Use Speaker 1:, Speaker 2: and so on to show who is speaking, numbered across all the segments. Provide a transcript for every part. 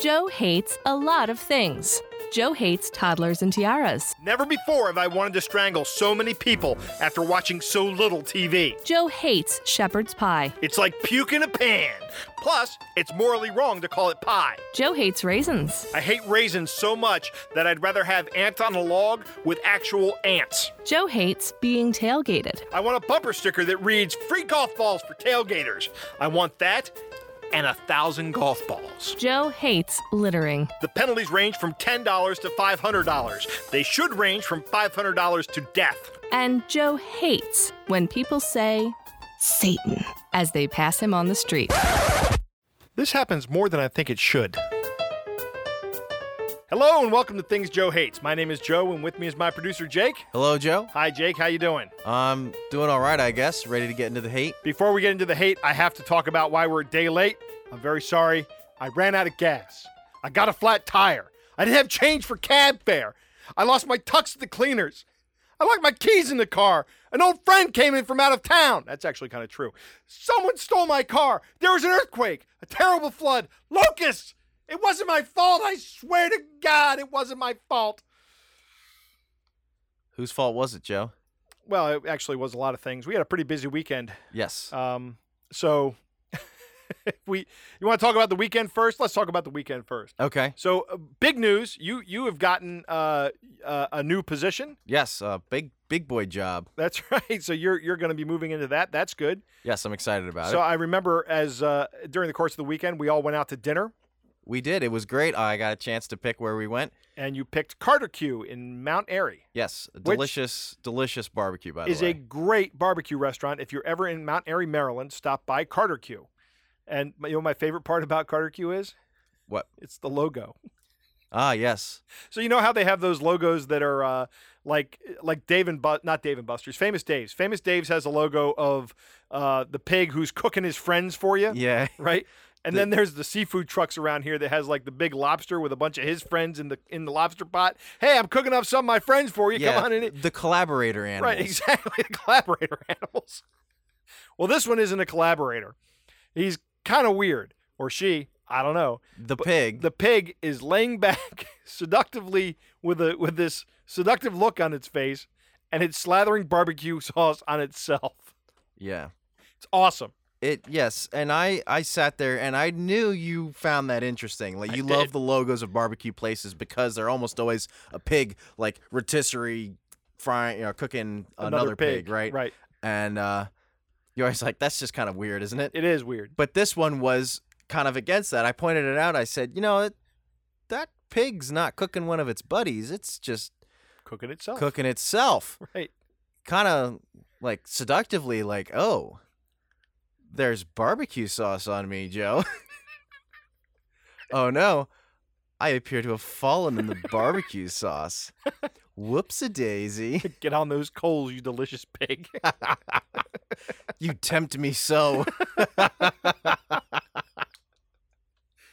Speaker 1: Joe hates a lot of things. Joe hates toddlers and tiaras.
Speaker 2: Never before have I wanted to strangle so many people after watching so little TV.
Speaker 1: Joe hates shepherd's pie.
Speaker 2: It's like puke in a pan. Plus, it's morally wrong to call it pie.
Speaker 1: Joe hates raisins.
Speaker 2: I hate raisins so much that I'd rather have ants on a log with actual ants.
Speaker 1: Joe hates being tailgated.
Speaker 2: I want a bumper sticker that reads free golf balls for tailgaters. I want that and a thousand golf balls.
Speaker 1: Joe hates littering.
Speaker 2: The penalties range from $10 to $500. They should range from $500 to death.
Speaker 1: And Joe hates when people say, Satan, as they pass him on the street.
Speaker 2: This happens more than I think it should. Hello and welcome to Things Joe Hates. My name is Joe and with me is my producer Jake.
Speaker 3: Hello, Joe.
Speaker 2: Hi Jake, how you doing?
Speaker 3: I'm doing all right, I guess. Ready to get into the hate?
Speaker 2: Before we get into the hate, I have to talk about why we're a day late. I'm very sorry. I ran out of gas. I got a flat tire. I didn't have change for cab fare. I lost my tux at the cleaners. I locked my keys in the car. An old friend came in from out of town. That's actually kind of true. Someone stole my car. There was an earthquake, a terrible flood, locusts. It wasn't my fault. I swear to God, it wasn't my fault.
Speaker 3: Whose fault was it, Joe?
Speaker 2: Well, it actually was a lot of things. We had a pretty busy weekend.
Speaker 3: Yes.
Speaker 2: Um, so we you want to talk about the weekend first? Let's talk about the weekend first.
Speaker 3: okay.
Speaker 2: So uh, big news, you you have gotten uh, uh, a new position.
Speaker 3: Yes. Uh, big big boy job.
Speaker 2: That's right. So you're you're going to be moving into that. That's good.
Speaker 3: Yes, I'm excited about
Speaker 2: So
Speaker 3: it.
Speaker 2: I remember as uh, during the course of the weekend, we all went out to dinner,
Speaker 3: We did. It was great. I got a chance to pick where we went.
Speaker 2: and you picked Carter Q in Mount Airy.
Speaker 3: Yes. a
Speaker 2: Which
Speaker 3: Delicious, delicious barbecue. By
Speaker 2: Is
Speaker 3: the
Speaker 2: a
Speaker 3: way.
Speaker 2: great barbecue restaurant. If you're ever in Mount Airy, Maryland, stop by Carter Q. And my- you know my favorite part about Carter Q is
Speaker 3: What?
Speaker 2: it's the logo.
Speaker 3: Ah, yes.
Speaker 2: So you know how they have those logos that are uh, like like Dave and but not Dave and Buster's, Famous Dave's. Famous Dave's has a logo of uh, the pig who's cooking his friends for you,
Speaker 3: Yeah.
Speaker 2: right? And
Speaker 3: The-
Speaker 2: then there's the seafood trucks around here that has like the big lobster with a bunch of his friends in the in the lobster pot. Hey, I'm cooking up some of my friends for you.
Speaker 3: yeah.
Speaker 2: Come on in. it.
Speaker 3: The collaborator animals.
Speaker 2: Right, exactly. The collaborator animals. Well, this one isn't a collaborator. He's kind of weird, or she. I don't know
Speaker 3: The pig.
Speaker 2: the pig is laying back seductively with a with this seductive look on its face and it's slathering barbecue sauce on itself.
Speaker 3: yeah.
Speaker 2: It's awesome.
Speaker 3: It yes, and I I sat there and I knew you found that interesting. Like
Speaker 2: I
Speaker 3: you
Speaker 2: did.
Speaker 3: love the logos of barbecue places because they're almost always a pig, like rotisserie frying, you know, cooking another, pig, right?
Speaker 2: Right.
Speaker 3: And uh, you're always like, that's just kind of weird, isn't it?
Speaker 2: It is weird.
Speaker 3: But this one was kind of against that. I pointed it out. I said, you know, it, that pig's not cooking one of its buddies. It's just
Speaker 2: Cooking itself.
Speaker 3: cooking itself
Speaker 2: Right.
Speaker 3: kind of like seductively like oh there's barbecue sauce on me joe oh no i appear to have fallen in the barbecue sauce whoops a daisy
Speaker 2: Get on those coals, you delicious pig.
Speaker 3: you tempt me so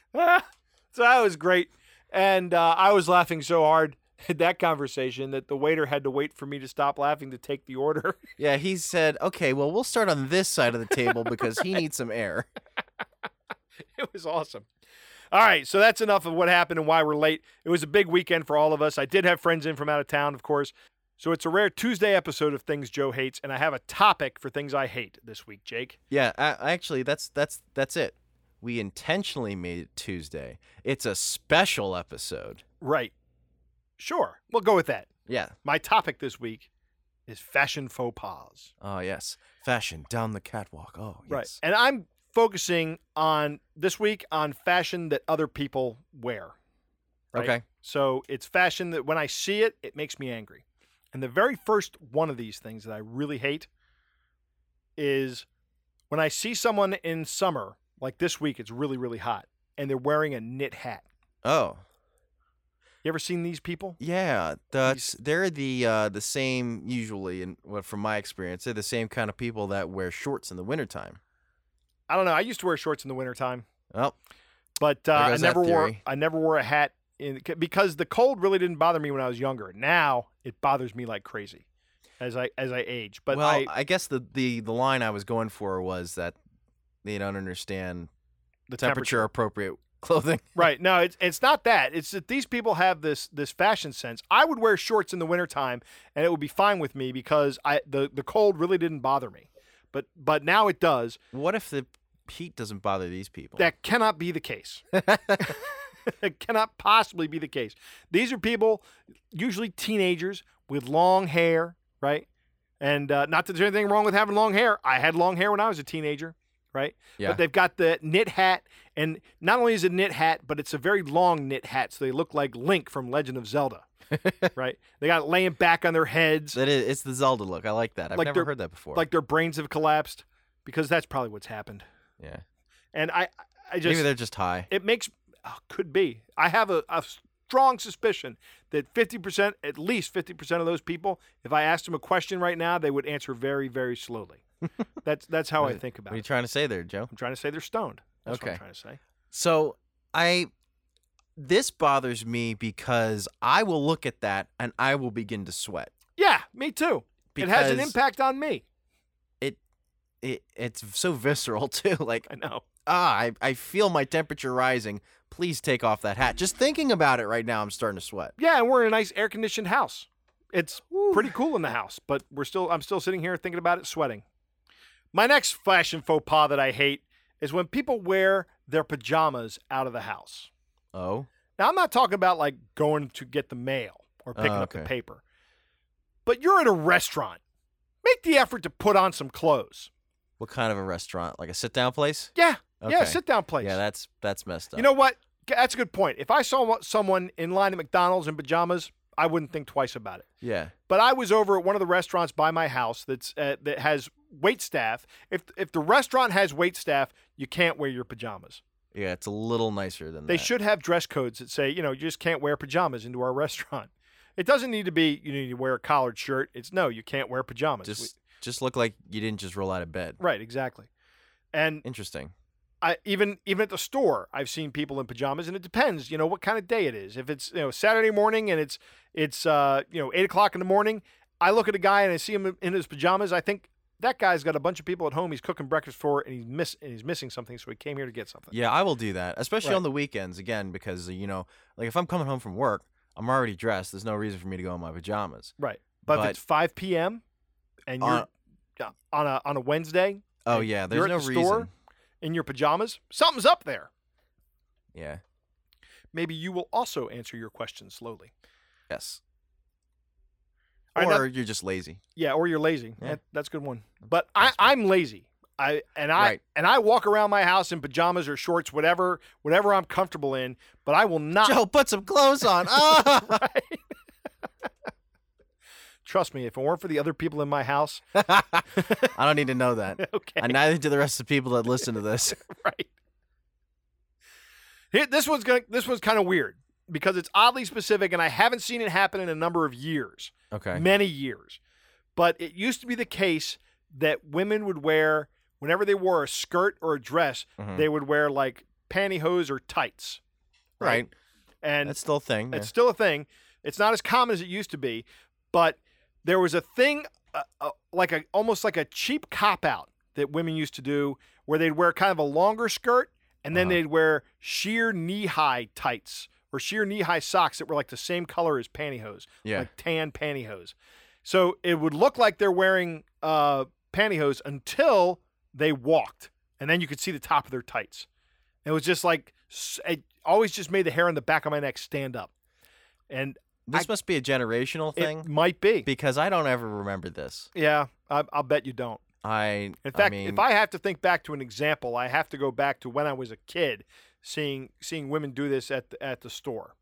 Speaker 2: so that was great. And uh, I was laughing so hard at that conversation that the waiter had to wait for me to stop laughing to take the order.
Speaker 3: yeah he said okay well we'll start on this side of the table because he needs some air
Speaker 2: it was awesome. All right, so that's enough of what happened and why we're late. It was a big weekend for all of us. I did have friends in from out of town, of course. So it's a rare Tuesday episode of Things Joe Hates, and I have a topic for things I hate this week, Jake.
Speaker 3: yeah a- actually that's that's that's it we intentionally made it tuesday it's a special episode
Speaker 2: Right. Sure, we'll go with that.
Speaker 3: yeah
Speaker 2: My topic this week is fashion faux pas.
Speaker 3: Oh yes, fashion down the catwalk. Oh yes.
Speaker 2: Right. And I'm focusing on this week on fashion that other people wear. right?
Speaker 3: Okay.
Speaker 2: So it's fashion that when I see it, it makes me angry. And the very first one of these things that I really hate is when I see someone in summer, like this week, it's really, really hot, and they're wearing a knit hat.
Speaker 3: Oh
Speaker 2: You ever seen these people?
Speaker 3: yeah, that's they're the uh, the same usually, and well, from my experience, they're the same kind of people that wear shorts in the wintertime.
Speaker 2: I don't know. I used to wear shorts in the wintertime,
Speaker 3: Oh
Speaker 2: but uh,
Speaker 3: There
Speaker 2: I
Speaker 3: goes that
Speaker 2: never wore
Speaker 3: theory.
Speaker 2: I never wore a hat in because the cold really didn't bother me when I was younger. Now it bothers me like crazy as I as I age. But
Speaker 3: well, uh,
Speaker 2: I,
Speaker 3: guess the, the the line I was going for was that they don't understand
Speaker 2: the
Speaker 3: temperature appropriate clothing.
Speaker 2: Right. No, it's it's not that. It's that these people have this this fashion sense. I would wear shorts in the wintertime and it would be fine with me because I the, the cold really didn't bother me. But but now it does.
Speaker 3: What if the heat doesn't bother these people?
Speaker 2: That cannot be the case. it cannot possibly be the case. These are people, usually teenagers, with long hair, right? And uh, not that there's anything wrong with having long hair. I had long hair when I was a teenager, right?
Speaker 3: Yeah.
Speaker 2: But they've got the knit hat, and not only is it a knit hat, but it's a very long knit hat, so they look like Link from Legend of Zelda, right? They got it laying back on their heads,
Speaker 3: That is, it's the Zelda look. I like that. I've
Speaker 2: Like
Speaker 3: never
Speaker 2: they're-
Speaker 3: heard that before.
Speaker 2: like their brains have collapsed, because that's probably what's happened.
Speaker 3: yeah,
Speaker 2: And I, I
Speaker 3: maybe
Speaker 2: just
Speaker 3: they're just high.
Speaker 2: it makes oh, could be. I have a, a strong suspicion that 50%, at least 50% of those people, if I asked them a question right now, they would answer very, very slowly. that's that's how I
Speaker 3: Right.
Speaker 2: think
Speaker 3: What
Speaker 2: about
Speaker 3: are you
Speaker 2: it.
Speaker 3: trying to say there, Joe?
Speaker 2: I'm trying to say they're stoned. That's what
Speaker 3: Okay.
Speaker 2: I'm trying to say.
Speaker 3: So I this bothers me because I will look at that and I will begin to sweat.
Speaker 2: Yeah, me too. it has an
Speaker 3: Because
Speaker 2: impact on me.
Speaker 3: It, it's so visceral too. Like
Speaker 2: I know.
Speaker 3: ah, I, I feel my temperature rising. Please take off that hat. Just thinking about it right now, I'm starting to sweat.
Speaker 2: Yeah, and we're in a nice air conditioned house. It's pretty cool in the house, but we're still I'm still sitting here thinking about it, sweating. My next fashion faux pas that I hate is when people wear their pajamas out of the house.
Speaker 3: Oh,
Speaker 2: Now, I'm not talking about like going to get the mail or picking
Speaker 3: Oh,
Speaker 2: up the
Speaker 3: okay.
Speaker 2: paper, but you're at a restaurant. Make the effort to put on some clothes.
Speaker 3: what kind of a restaurant? Like a sit down place?
Speaker 2: Yeah, yeah,
Speaker 3: Okay.
Speaker 2: sit down place.
Speaker 3: Yeah, that's that's messed up.
Speaker 2: you know what? G- That's a good point. If I saw wa- someone in line at McDonald's in pajamas, I wouldn't think twice about it.
Speaker 3: yeah,
Speaker 2: But I was over at one of the restaurants by my house that's uh, that has wait staff. If if the restaurant has wait staff, you can't wear your pajamas.
Speaker 3: yeah, it's a little nicer than
Speaker 2: They
Speaker 3: that.
Speaker 2: should have dress codes that say, you know, you just can't wear pajamas into our restaurant. It doesn't need to be you need to wear a collared shirt. It's no, you can't wear pajamas.
Speaker 3: just just look like you didn't just roll out of bed.
Speaker 2: We- right, exactly. And
Speaker 3: Interesting.
Speaker 2: I even even at the store, I've seen people in pajamas, and it depends, you know, what kind of day it is. If it's you know Saturday morning and it's it's uh, you know eight o'clock in the morning, I look at a guy and I see him in his pajamas. I think that guy's got a bunch of people at home he's cooking breakfast for, and he's miss and he's missing something, so he came here to get something.
Speaker 3: Yeah, I will do that, especially
Speaker 2: Right.
Speaker 3: on the weekends again, because you know, like if I'm coming home from work, I'm already dressed. There's no reason for me to go in my pajamas.
Speaker 2: Right. But, if
Speaker 3: But-
Speaker 2: it's 5 p.m. and you're
Speaker 3: On-
Speaker 2: yeah, on a on a Wednesday
Speaker 3: Oh
Speaker 2: Hey,
Speaker 3: yeah,
Speaker 2: you're
Speaker 3: there's
Speaker 2: at
Speaker 3: no
Speaker 2: the
Speaker 3: reason.
Speaker 2: store? in your pajamas, something's up there.
Speaker 3: Yeah.
Speaker 2: Maybe you will also answer your question slowly.
Speaker 3: Yes.
Speaker 2: All right,
Speaker 3: or
Speaker 2: now-
Speaker 3: you're just lazy.
Speaker 2: yeah, or you're lazy.
Speaker 3: Yeah.
Speaker 2: That- that's a good one. But I, I'm lazy. I and I
Speaker 3: Right.
Speaker 2: and I walk around my house in pajamas or shorts, whatever whatever I'm comfortable in. But I will not.
Speaker 3: Joe, put some clothes on. Ah!
Speaker 2: Trust me, if it weren't for the other people in my house,
Speaker 3: I don't need to know that.
Speaker 2: okay,
Speaker 3: And neither do the rest of the people that listen to this.
Speaker 2: right. Here, this one's going this one's kind of weird because it's oddly specific, and I haven't seen it happen in a number of years.
Speaker 3: Okay.
Speaker 2: many years. But it used to be the case that women would wear, whenever they wore a skirt or a dress,
Speaker 3: Mhm.
Speaker 2: they would wear like pantyhose or tights.
Speaker 3: Right.
Speaker 2: And
Speaker 3: That's still a thing.
Speaker 2: it's still a thing. It's not as common as it used to be, but there was a thing, uh, uh, like a almost like a cheap cop out that women used to do, where they'd wear kind of a longer skirt, and then
Speaker 3: Uh-huh.
Speaker 2: they'd wear sheer knee high tights or sheer knee high socks that were like the same color as pantyhose,
Speaker 3: Yeah.
Speaker 2: like tan pantyhose. So it would look like they're wearing uh, pantyhose until they walked, and then you could see the top of their tights. It was just like s- it always just made the hair on the back of my neck stand up, and
Speaker 3: this
Speaker 2: I-
Speaker 3: must be a generational thing
Speaker 2: it might be.
Speaker 3: because I don't ever remember this.
Speaker 2: yeah, I, I'll bet you don't.
Speaker 3: I
Speaker 2: In fact,
Speaker 3: I mean,
Speaker 2: if I have to think back to an example, I have to go back to when I was a kid, seeing seeing women do this at the, at the store.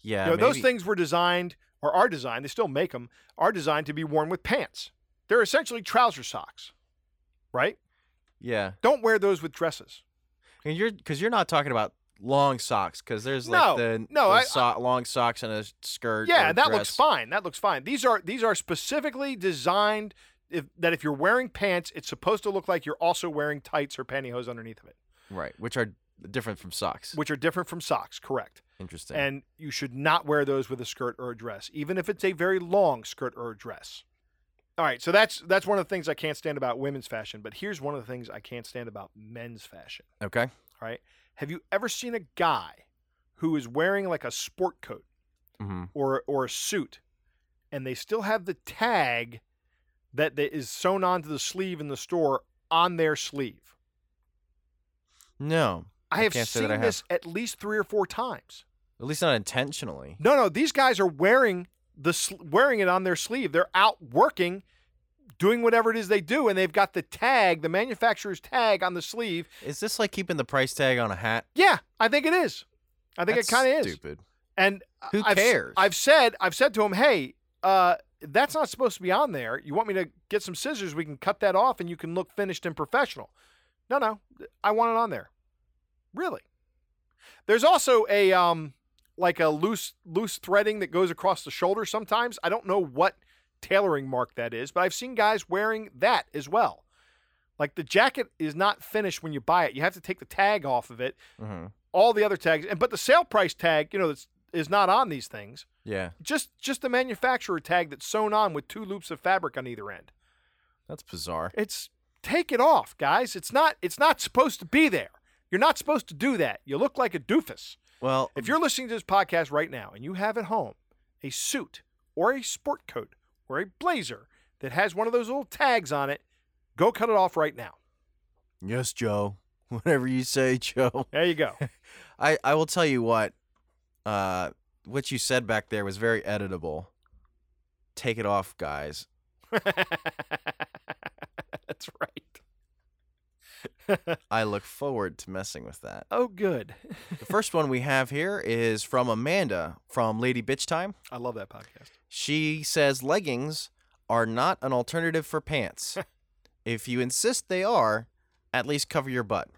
Speaker 3: yeah,
Speaker 2: you know, those
Speaker 3: maybe-
Speaker 2: things were designed or are designed. They still make them. Are designed to be worn with pants. They're essentially trouser socks, right?
Speaker 3: Yeah.
Speaker 2: Don't wear those with dresses.
Speaker 3: And you're because you're not talking about long socks because there's
Speaker 2: No,
Speaker 3: like the,
Speaker 2: no,
Speaker 3: the
Speaker 2: I-
Speaker 3: so- long socks and a skirt.
Speaker 2: Yeah,
Speaker 3: or
Speaker 2: that looks
Speaker 3: dress.
Speaker 2: fine. That looks fine. These are these are specifically designed if, that if you're wearing pants, it's supposed to look like you're also wearing tights or pantyhose underneath of it,
Speaker 3: Right, which are different from socks.
Speaker 2: which are different from socks. Correct.
Speaker 3: Interesting.
Speaker 2: And you should not wear those with a skirt or a dress, even if it's a very long skirt or a dress. All right, so that's that's one of the things I can't stand about women's fashion, but here's one of the things I can't stand about men's fashion.
Speaker 3: okay.
Speaker 2: All right. Have you ever seen a guy who is wearing like a sport coat
Speaker 3: Mm-hmm.
Speaker 2: or or a suit, and they still have the tag that that is sewn onto the sleeve in the store on their sleeve?
Speaker 3: No,
Speaker 2: I,
Speaker 3: I
Speaker 2: have
Speaker 3: can't say that
Speaker 2: seen
Speaker 3: I have.
Speaker 2: this at least three or four times.
Speaker 3: at least not intentionally.
Speaker 2: No, no, these guys are wearing the sl- wearing it on their sleeve. They're out working, doing whatever it is they do, and they've got the tag, the manufacturer's tag on the sleeve.
Speaker 3: Is this like keeping the price tag on a hat?
Speaker 2: Yeah, I think it is. I think
Speaker 3: That's
Speaker 2: it kind of is.
Speaker 3: Stupid.
Speaker 2: And
Speaker 3: Who
Speaker 2: I've,
Speaker 3: cares?
Speaker 2: I've said, I've said to him, hey, uh, that's not supposed to be on there. You want me to get some scissors? We can cut that off, and you can look finished and professional. No, no, I want it on there. Really? There's also a um, like a loose loose threading that goes across the shoulder. Sometimes I don't know what tailoring mark that is, but I've seen guys wearing that as well. Like the jacket is not finished when you buy it. You have to take the tag off of it.
Speaker 3: hmm
Speaker 2: All the other tags, and but the sale price tag, you know, that's is not on these things
Speaker 3: Yeah,
Speaker 2: just just the manufacturer tag that's sewn on with two loops of fabric on either end.
Speaker 3: that's bizarre.
Speaker 2: It's take it off, guys. It's not it's not supposed to be there. You're not supposed to do that. You look like a doofus.
Speaker 3: Well,
Speaker 2: If you're listening to this podcast right now and you have at home a suit or a sport coat or a blazer that has one of those little tags on it, go cut it off right now.
Speaker 3: yes, Joe. Whatever you say, Joe.
Speaker 2: There you go.
Speaker 3: I I will tell you what. Uh, what you said back there was very editable. Take it off, guys.
Speaker 2: that's right.
Speaker 3: I look forward to messing with that.
Speaker 2: oh good.
Speaker 3: The first one we have here is from Amanda from Lady Bitch Time.
Speaker 2: I love that podcast.
Speaker 3: She says leggings are not an alternative for pants. if you insist they are, at least cover your butt.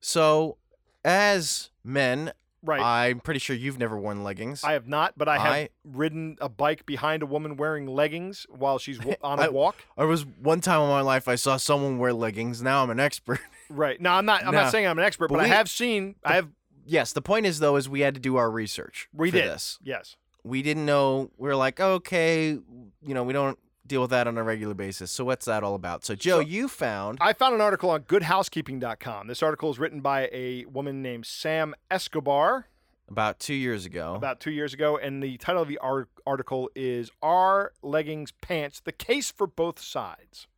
Speaker 3: So, as men,
Speaker 2: Right.
Speaker 3: I'm pretty sure you've never worn leggings.
Speaker 2: I have not, but I have
Speaker 3: I-
Speaker 2: ridden a bike behind a woman wearing leggings while she's w- on a
Speaker 3: I-
Speaker 2: walk.
Speaker 3: I was one time in my life I saw someone wear leggings. Now I'm an expert.
Speaker 2: Right. No, I'm not. I'm
Speaker 3: No.
Speaker 2: not saying I'm an expert, but,
Speaker 3: But
Speaker 2: I
Speaker 3: we-
Speaker 2: have seen. I have.
Speaker 3: yes, the point is though is we had to do our research
Speaker 2: We
Speaker 3: for
Speaker 2: did.
Speaker 3: this.
Speaker 2: Yes.
Speaker 3: We didn't know. We were like, okay, you know, we don't deal with that on a regular basis. So what's that all about? So Joe,
Speaker 2: So-
Speaker 3: you found
Speaker 2: I found an article on GoodHousekeeping.com. This article is written by a woman named Sam Escobar
Speaker 3: about 2 years ago.
Speaker 2: about two years ago, and the title of the ar- article is "Are Leggings Pants: The Case for Both Sides."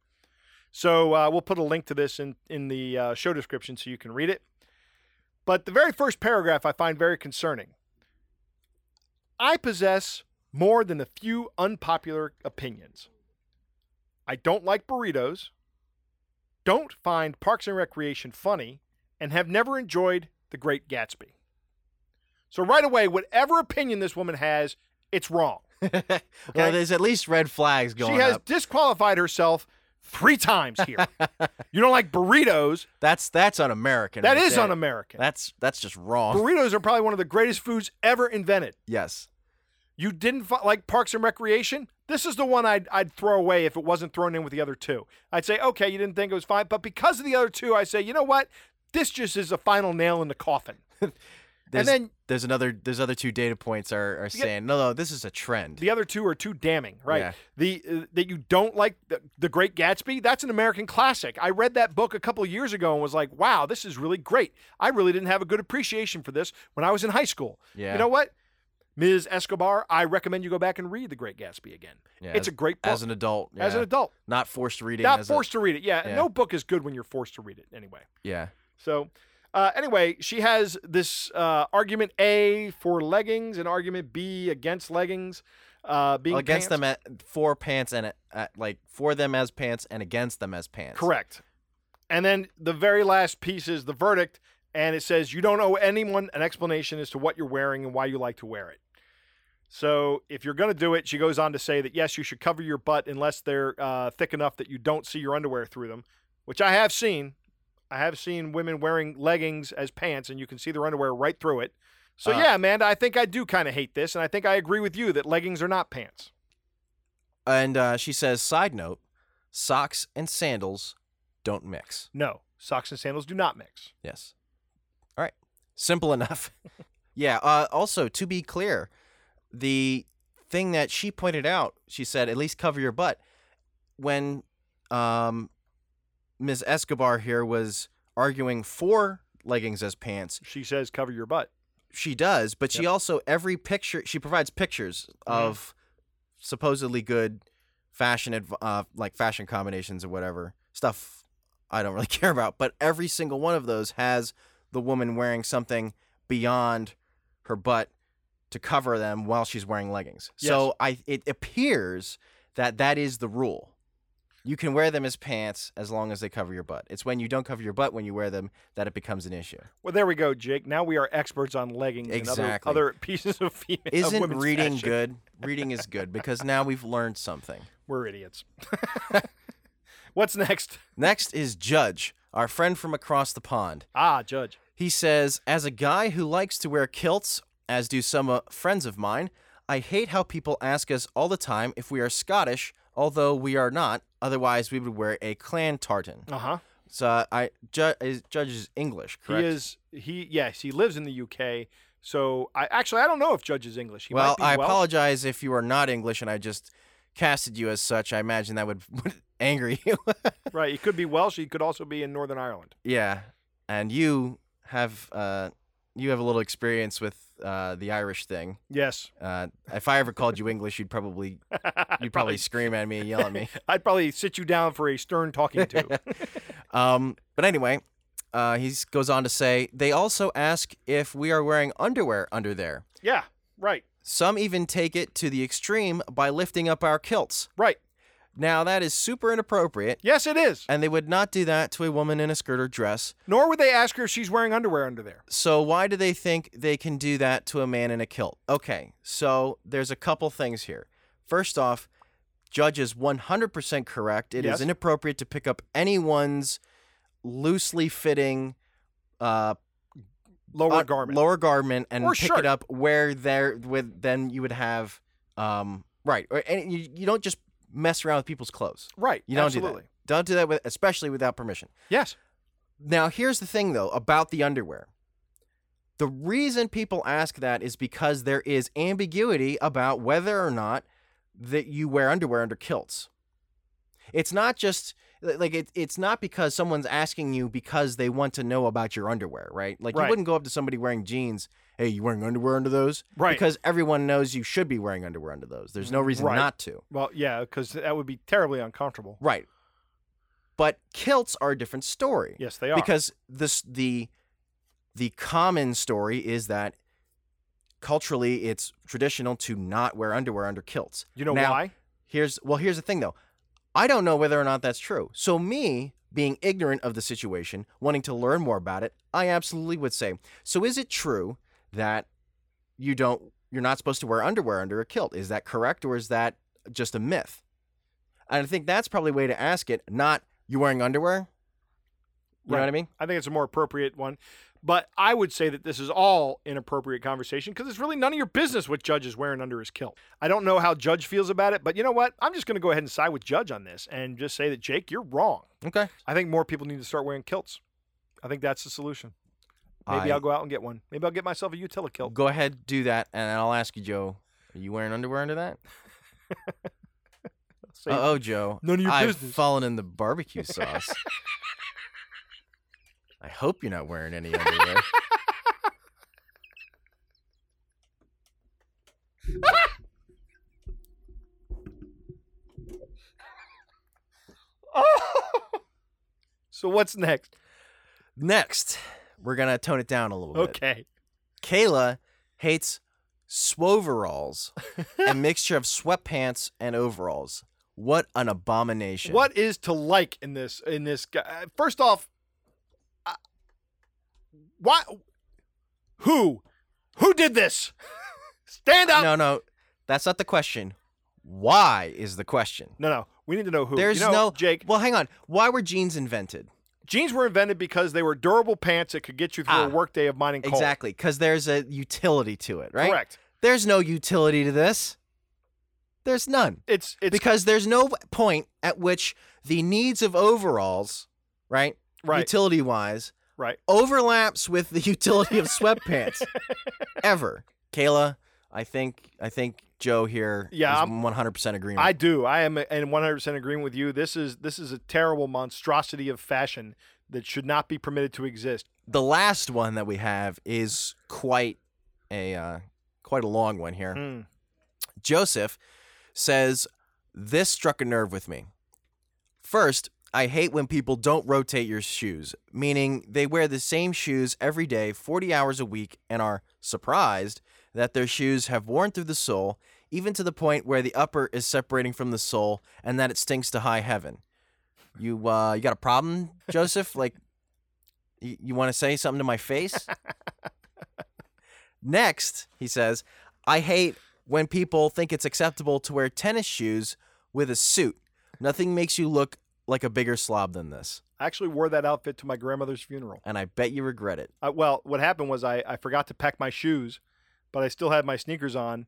Speaker 2: So uh, we'll put a link to this in in the uh, show description so you can read it. But the very first paragraph I find very concerning. I possess more than a few unpopular opinions. I don't like burritos, don't find Parks and Recreation funny, and have never enjoyed The Great Gatsby. So, right away, whatever opinion this woman has, it's wrong.
Speaker 3: Well, there's at least red flags
Speaker 2: She
Speaker 3: going
Speaker 2: has
Speaker 3: up.
Speaker 2: disqualified herself three times here. you don't like burritos?
Speaker 3: That's that's un-American.
Speaker 2: That
Speaker 3: right
Speaker 2: is
Speaker 3: there.
Speaker 2: un American.
Speaker 3: That's that's just wrong.
Speaker 2: Burritos are probably one of the greatest foods ever invented.
Speaker 3: yes.
Speaker 2: You didn't fi- like Parks and Recreation? This is the one I'd, I'd throw away if it wasn't thrown in with the other two. I'd say, okay, you didn't think it was fine, but because of the other two, I say, you know what? This just is a final nail in the coffin.
Speaker 3: There's,
Speaker 2: then-
Speaker 3: there's another there's other two data points are, are saying no no this is a trend.
Speaker 2: The other two are too damning, right?
Speaker 3: Yeah.
Speaker 2: The uh, that you don't like the, the Great Gatsby. That's an American classic. I read that book a couple of years ago and was like, wow, this is really great. I really didn't have a good appreciation for this when I was in high school.
Speaker 3: Yeah.
Speaker 2: You know what? Ms. Escobar, I recommend you go back and read The Great Gatsby again.
Speaker 3: Yeah,
Speaker 2: it's
Speaker 3: as-
Speaker 2: a great book
Speaker 3: as an adult. Yeah.
Speaker 2: as an adult.
Speaker 3: not forced reading.
Speaker 2: Not
Speaker 3: as a-
Speaker 2: forced to read it. Yeah,
Speaker 3: Yeah.
Speaker 2: no book is good when you're forced to read it anyway.
Speaker 3: yeah.
Speaker 2: So, uh, anyway, she has this uh, argument A for leggings and argument B against leggings uh, being pants.
Speaker 3: against them at, for pants and at, at, like for them as pants and against them as pants.
Speaker 2: Correct. And then the very last piece is the verdict, and it says you don't owe anyone an explanation as to what you're wearing and why you like to wear it. So if you're going to do it, she goes on to say that yes, you should cover your butt unless they're uh, thick enough that you don't see your underwear through them, which I have seen. I have seen women wearing leggings as pants, and you can see their underwear right through it. So
Speaker 3: Uh,
Speaker 2: yeah, Amanda, I think I do kind of hate this, and I think I agree with you that leggings are not pants.
Speaker 3: And uh, she says, side note, socks and sandals don't mix.
Speaker 2: No, socks and sandals do not mix.
Speaker 3: Yes. All right. Simple enough. yeah. Uh, also, to be clear, the thing that she pointed out, she said, at least cover your butt. When um, Ms. Escobar here was arguing for leggings as pants.
Speaker 2: She says cover your butt.
Speaker 3: She does, but she also every picture she provides pictures of supposedly good fashion adv- uh, like fashion combinations or whatever stuff I don't really care about, but every single one of those has the woman wearing something beyond her butt to cover them while she's wearing leggings. So I it appears that that is the rule. You can wear them as pants as long as they cover your butt. It's when you don't cover your butt when you wear them that it becomes an issue.
Speaker 2: Well, there we go, Jake. Now we are experts on leggings and
Speaker 3: Exactly.
Speaker 2: other, other pieces of female. of
Speaker 3: Isn't
Speaker 2: women's
Speaker 3: reading
Speaker 2: fashion.
Speaker 3: good? Reading is good because now we've learned something.
Speaker 2: We're idiots. What's next?
Speaker 3: Next is Judge, our friend from across the pond.
Speaker 2: Ah, Judge.
Speaker 3: He says, As a guy who likes to wear kilts, as do some uh, friends of mine, I hate how people ask us all the time if we are Scottish, although we are not. Otherwise, we would wear a clan tartan.
Speaker 2: Uh huh.
Speaker 3: So, I ju- is, Judge is English, Uh-huh, correct?
Speaker 2: He is. He yes. He lives in the UK. So I actually I don't know if Judge is English. He might
Speaker 3: well,
Speaker 2: be
Speaker 3: I
Speaker 2: Welsh.
Speaker 3: apologize if you are not English and I just casted you as such. I imagine that would, would anger you.
Speaker 2: Right. He could be Welsh. He could also be in Northern Ireland.
Speaker 3: yeah, and you have uh, you have a little experience with uh, the Irish thing.
Speaker 2: Yes.
Speaker 3: Uh, if I ever called you English, you'd probably you'd probably scream at me and yell at me.
Speaker 2: I'd probably sit you down for a stern talking to.
Speaker 3: Um, but anyway, uh, he goes on to say they also ask if we are wearing underwear under there.
Speaker 2: yeah. Right.
Speaker 3: Some even take it to the extreme by lifting up our kilts.
Speaker 2: Right.
Speaker 3: Now that is super inappropriate.
Speaker 2: Yes, it is.
Speaker 3: and they would not do that to a woman in a skirt or dress.
Speaker 2: Nor would they ask her if she's wearing underwear under there.
Speaker 3: So why do they think they can do that to a man in a kilt? Okay, so there's a couple things here. First off, Judge is 100% correct. It is
Speaker 2: Yes.
Speaker 3: inappropriate to pick up anyone's loosely fitting uh,
Speaker 2: Lower
Speaker 3: uh,
Speaker 2: garment.
Speaker 3: lower garment and
Speaker 2: Or
Speaker 3: pick
Speaker 2: shirt.
Speaker 3: it up where there with then you would have um, right or and you, you don't just mess around with people's clothes.
Speaker 2: right.
Speaker 3: You don't
Speaker 2: absolutely.
Speaker 3: do that. Don't do that with especially without permission.
Speaker 2: Yes.
Speaker 3: Now, here's the thing, though, about the underwear. The reason people ask that is because there is ambiguity about whether or not that you wear underwear under kilts. It's not just li- like it, it's not because someone's asking you because they want to know about your underwear, right? Like
Speaker 2: Right.
Speaker 3: you wouldn't go up to somebody wearing jeans, "Hey, you wearing underwear under those?"
Speaker 2: Right.
Speaker 3: Because everyone knows you should be wearing underwear under those. There's no reason
Speaker 2: Right.
Speaker 3: not to.
Speaker 2: Well, yeah, because that would be terribly uncomfortable.
Speaker 3: Right. But kilts are a different story.
Speaker 2: Yes, they are.
Speaker 3: because this the the common story is that culturally it's traditional to not wear underwear under kilts.
Speaker 2: you know
Speaker 3: Now,
Speaker 2: why?
Speaker 3: Here's well, here's the thing though. I don't know whether or not that's true. So me being ignorant of the situation, wanting to learn more about it, I absolutely would say. So is it true that you don't you're not supposed to wear underwear under a kilt? Is that correct or is that just a myth? And I think that's probably a way to ask it, not you wearing underwear? You know
Speaker 2: Right.
Speaker 3: what I mean?
Speaker 2: I think it's a more appropriate one. But I would say that this is all inappropriate conversation because it's really none of your business what Judge is wearing under his kilt. I don't know how Judge feels about it, but you know what? I'm just going to go ahead and side with Judge on this and just say that, Jake, you're wrong.
Speaker 3: Okay.
Speaker 2: I think more people need to start wearing kilts. I think that's the solution. Maybe
Speaker 3: I-
Speaker 2: I... will go out and get one. Maybe I'll get myself a utila kilt.
Speaker 3: Go ahead, do that, and I'll ask you, Joe. Are you wearing underwear under that?
Speaker 2: Say,
Speaker 3: Uh oh, Joe.
Speaker 2: None of your
Speaker 3: I've
Speaker 2: business.
Speaker 3: fallen in the barbecue sauce. I hope you're not wearing any underwear.
Speaker 2: so what's next?
Speaker 3: Next, we're gonna tone it down a little bit.
Speaker 2: Okay.
Speaker 3: Kayla hates swoveralls, a mixture of sweatpants and overalls. What an abomination!
Speaker 2: What is to like in this? In this guy? uh, First off, I- why? Who? Who did this? Stand up.
Speaker 3: No, no, that's not the question. Why is the question?
Speaker 2: No. no, We need to know who. You
Speaker 3: There's
Speaker 2: know,
Speaker 3: no
Speaker 2: Jake.
Speaker 3: Well, hang on. Why were jeans invented?
Speaker 2: Jeans were invented because they were durable pants that could get you through
Speaker 3: Ah,
Speaker 2: a workday of mining coal.
Speaker 3: Exactly, because there's a utility to it, right?
Speaker 2: Correct.
Speaker 3: There's no utility to this. There's none.
Speaker 2: It's it's
Speaker 3: because there's no point at which the needs of overalls, right?
Speaker 2: Right.
Speaker 3: Utility wise,
Speaker 2: right.
Speaker 3: overlaps with the utility of sweatpants. Ever. Kayla, I think I think Joe here
Speaker 2: Yeah,
Speaker 3: is
Speaker 2: I'm-
Speaker 3: 100% agreement.
Speaker 2: I do. I am in 100% agreement with you. This is this is a terrible monstrosity of fashion that should not be permitted to exist.
Speaker 3: the last one that we have is quite a uh, quite a long one here.
Speaker 2: Hmm.
Speaker 3: Joseph says, This struck a nerve with me. First, I hate when people don't rotate your shoes, meaning they wear the same shoes every day, 40 hours a week, and are surprised that their shoes have worn through the sole, even to the point where the upper is separating from the sole and that it stinks to high heaven. You, uh, you got a problem, Joseph? like, you, you want to say something to my face? Next, he says, I hate when people think it's acceptable to wear tennis shoes with a suit. Nothing makes you look like a bigger slob than this.
Speaker 2: I actually wore that outfit to my grandmother's funeral.
Speaker 3: And I bet you regret it.
Speaker 2: I, well, what happened was I, I forgot to pack my shoes, but I still had my sneakers on,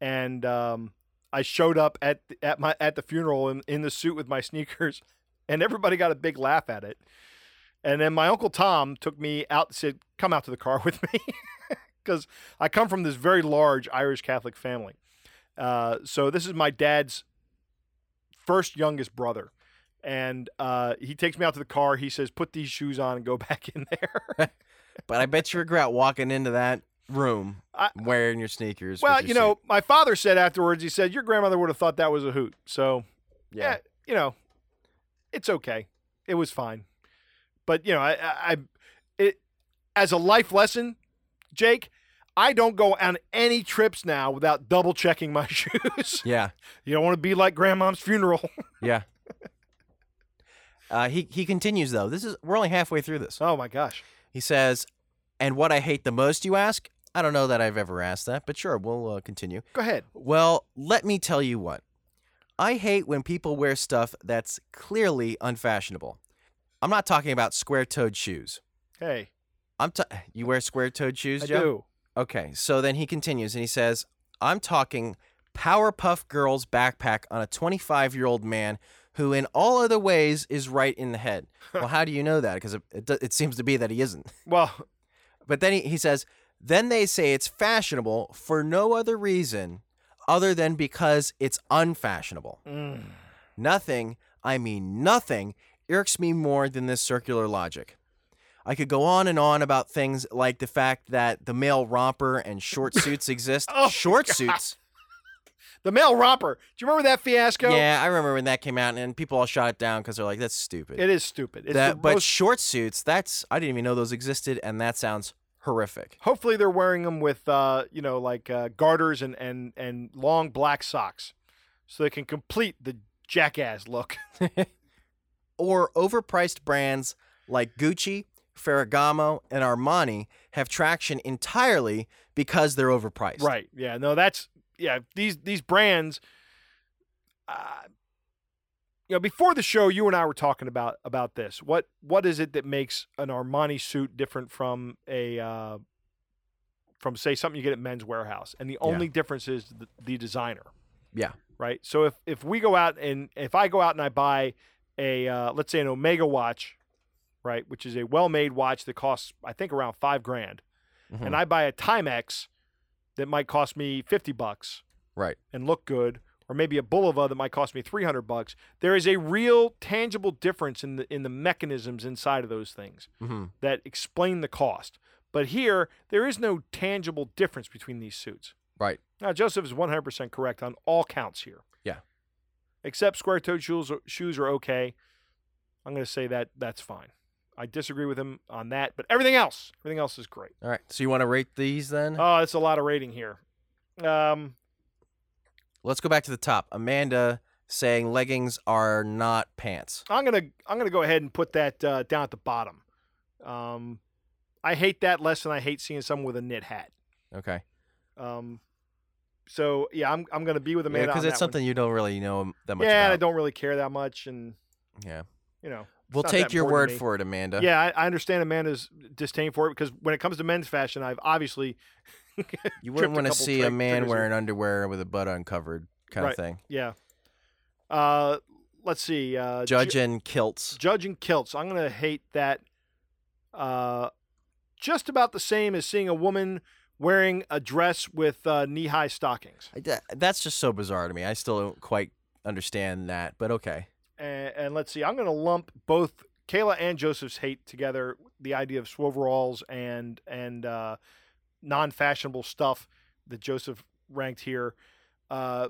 Speaker 2: and um, I showed up at the- at my at the funeral in, in the suit with my sneakers, and everybody got a big laugh at it. And then my uncle Tom took me out, said, "Come out to the car with me," because I come from this very large Irish Catholic family. Uh, so this is my dad's first youngest brother. And uh, he takes me out to the car. He says, "Put these shoes on and go back in there."
Speaker 3: But I bet you regret walking into that room
Speaker 2: I- uh,
Speaker 3: wearing your sneakers. with
Speaker 2: Well,
Speaker 3: your
Speaker 2: you know,
Speaker 3: suit.
Speaker 2: my father said afterwards, he said, Your grandmother would have thought that was a hoot. So, yeah, you know, it's okay. It was fine. But, you know, I, I, I- it, as a life lesson, Jake, I don't go on any trips now without double checking my shoes.
Speaker 3: Yeah.
Speaker 2: you don't want to be like grandmom's funeral.
Speaker 3: Yeah. Uh, he, he continues though. This is we're only halfway through this.
Speaker 2: oh, my gosh.
Speaker 3: He says, "And what I hate the most, you ask? I don't know that I've ever asked that, but sure, we'll uh, continue.
Speaker 2: Go ahead.
Speaker 3: Well, let me tell you what. I hate when people wear stuff that's clearly unfashionable. I'm not talking about square-toed shoes.
Speaker 2: Hey,
Speaker 3: I'm t- you wear square-toed shoes,
Speaker 2: I
Speaker 3: Joe?
Speaker 2: do.
Speaker 3: Okay. So then he continues and he says, "I'm talking Powerpuff Girls backpack on a 25-year-old man who in all other ways is right in the head." well, how do you know that? Because it, it, do- it seems to be that he isn't.
Speaker 2: Well,
Speaker 3: But then he, he says, then they say it's fashionable for no other reason other than because it's unfashionable.
Speaker 2: mm,
Speaker 3: Nothing, I mean nothing, irks me more than this circular logic. I could go on and on about things like the fact that the male romper and short suits exist.
Speaker 2: Oh,
Speaker 3: short suits?
Speaker 2: the male romper. Do you remember that fiasco?
Speaker 3: Yeah, I remember when that came out and people all shot it down because they're like, that's stupid.
Speaker 2: It is stupid. It's
Speaker 3: that,
Speaker 2: the
Speaker 3: but
Speaker 2: most-
Speaker 3: short suits, that's, I didn't even know those existed, and that sounds horrific.
Speaker 2: Hopefully they're wearing them with uh, you know like uh, garters and and and long black socks, so they can complete the jackass look.
Speaker 3: or overpriced brands like Gucci, Ferragamo, and Armani have traction entirely because they're overpriced.
Speaker 2: right? Yeah. No, that's yeah. These these brands. Uh, you know, before the show, you and I were talking about about this. What what is it that makes an Armani suit different from a uh, from say something you get at Men's Warehouse? And the only difference is the, the designer.
Speaker 3: Yeah.
Speaker 2: right? So if if we go out and if I go out and I buy a uh, let's say an Omega watch, right, which is a well-made watch that costs I think around five grand,
Speaker 3: Mhm.
Speaker 2: and I buy a Timex that might cost me fifty bucks,
Speaker 3: Right.
Speaker 2: and look good, or maybe a Bulova that might cost me three hundred bucks. There is a real tangible difference in the in the mechanisms inside of those things
Speaker 3: Mhm.
Speaker 2: that explain the cost. But here, there is no tangible difference between these suits.
Speaker 3: Right.
Speaker 2: Now, Joseph is 100% correct on all counts here.
Speaker 3: Yeah.
Speaker 2: Except square toed shoes, shoes are okay. I'm going to say that that's fine. I disagree with him on that, but everything else, everything else is great.
Speaker 3: All right. So you want to rate these then?
Speaker 2: Oh, that's a lot of rating here. Um,
Speaker 3: Let's go back to the top. Amanda saying leggings are not pants.
Speaker 2: I'm gonna I'm gonna go ahead and put that uh, down at the bottom. Um, I hate that less than I hate seeing someone with a knit hat.
Speaker 3: Okay.
Speaker 2: Um, so yeah, I'm I'm gonna be with Amanda
Speaker 3: Because
Speaker 2: on
Speaker 3: it's
Speaker 2: that one.
Speaker 3: something you don't really know that much
Speaker 2: yeah, and I
Speaker 3: about.
Speaker 2: don't really care that much, and
Speaker 3: Yeah.
Speaker 2: you know,
Speaker 3: We'll
Speaker 2: not
Speaker 3: take
Speaker 2: that
Speaker 3: your
Speaker 2: important
Speaker 3: word
Speaker 2: to me.
Speaker 3: for it, Amanda.
Speaker 2: yeah, I, I understand Amanda's disdain for it because when it comes to men's fashion, I've obviously,
Speaker 3: You wouldn't
Speaker 2: Tripped a
Speaker 3: want to
Speaker 2: couple
Speaker 3: see a
Speaker 2: trick-
Speaker 3: man
Speaker 2: triggers here.
Speaker 3: wearing underwear with a butt uncovered kind
Speaker 2: Right.
Speaker 3: of thing.
Speaker 2: yeah. Uh, let's see, uh, Ju-
Speaker 3: Judge in kilts.
Speaker 2: judge and kilts. I'm gonna hate that. Uh, just about the same as seeing a woman wearing a dress with uh, knee-high stockings.
Speaker 3: I- that- That's just so bizarre to me. I still don't quite understand that, but okay.
Speaker 2: and, and let's see, I'm going to lump both Kayla and Joseph's hate together the idea of swoveralls and and uh, non-fashionable stuff that Joseph ranked here. Uh,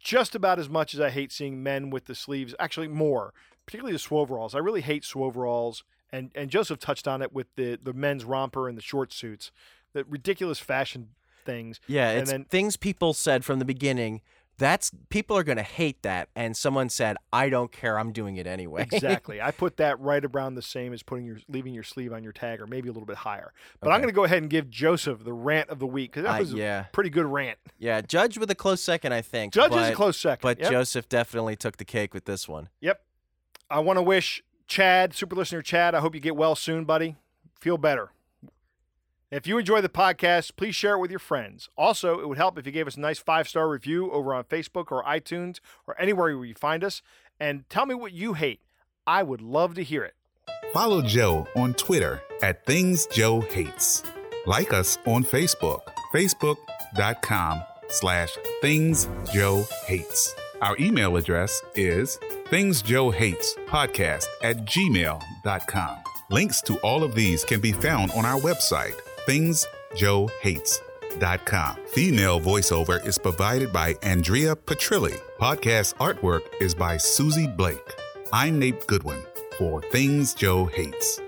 Speaker 2: just about as much as I hate seeing men with the sleeves, actually more, particularly the swoveralls. I really hate swoveralls, and and Joseph touched on it with the the men's romper and the short suits, the ridiculous fashion things.
Speaker 3: Yeah,
Speaker 2: And
Speaker 3: it's
Speaker 2: then-
Speaker 3: things people said from the beginning. That's people are going to hate that, and someone said, "I don't care. I'm doing it anyway."
Speaker 2: Exactly. I put that right around the same as putting your leaving your sleeve on your tag, or maybe a little bit higher. But I'm
Speaker 3: Okay.
Speaker 2: going to go ahead and give Joseph the rant of the week because that
Speaker 3: I-
Speaker 2: was
Speaker 3: yeah.
Speaker 2: a pretty good rant.
Speaker 3: yeah, Judge with a close second, I think.
Speaker 2: Judge
Speaker 3: but,
Speaker 2: is a close second.
Speaker 3: But
Speaker 2: yep.
Speaker 3: Joseph definitely took the cake with this one.
Speaker 2: Yep. I want to wish Chad, super listener Chad, I hope you get well soon, buddy. Feel better. If you enjoy the podcast, please share it with your friends. Also, it would help if you gave us a nice five star review over on Facebook or iTunes or anywhere where you find us. And tell me what you hate. I would love to hear it.
Speaker 4: Follow Joe on Twitter at Things Joe Hates. Like us on Facebook, facebook.com slash Things Joe Hates. Our email address is Things Joe Hates podcast at gmail.com. Links to all of these can be found on our website, thingsjoehates.com. Female voiceover is provided by Andrea Petrilli. Podcast artwork is by Susie Blake. I'm Nate Goodwin for Things Joe Hates.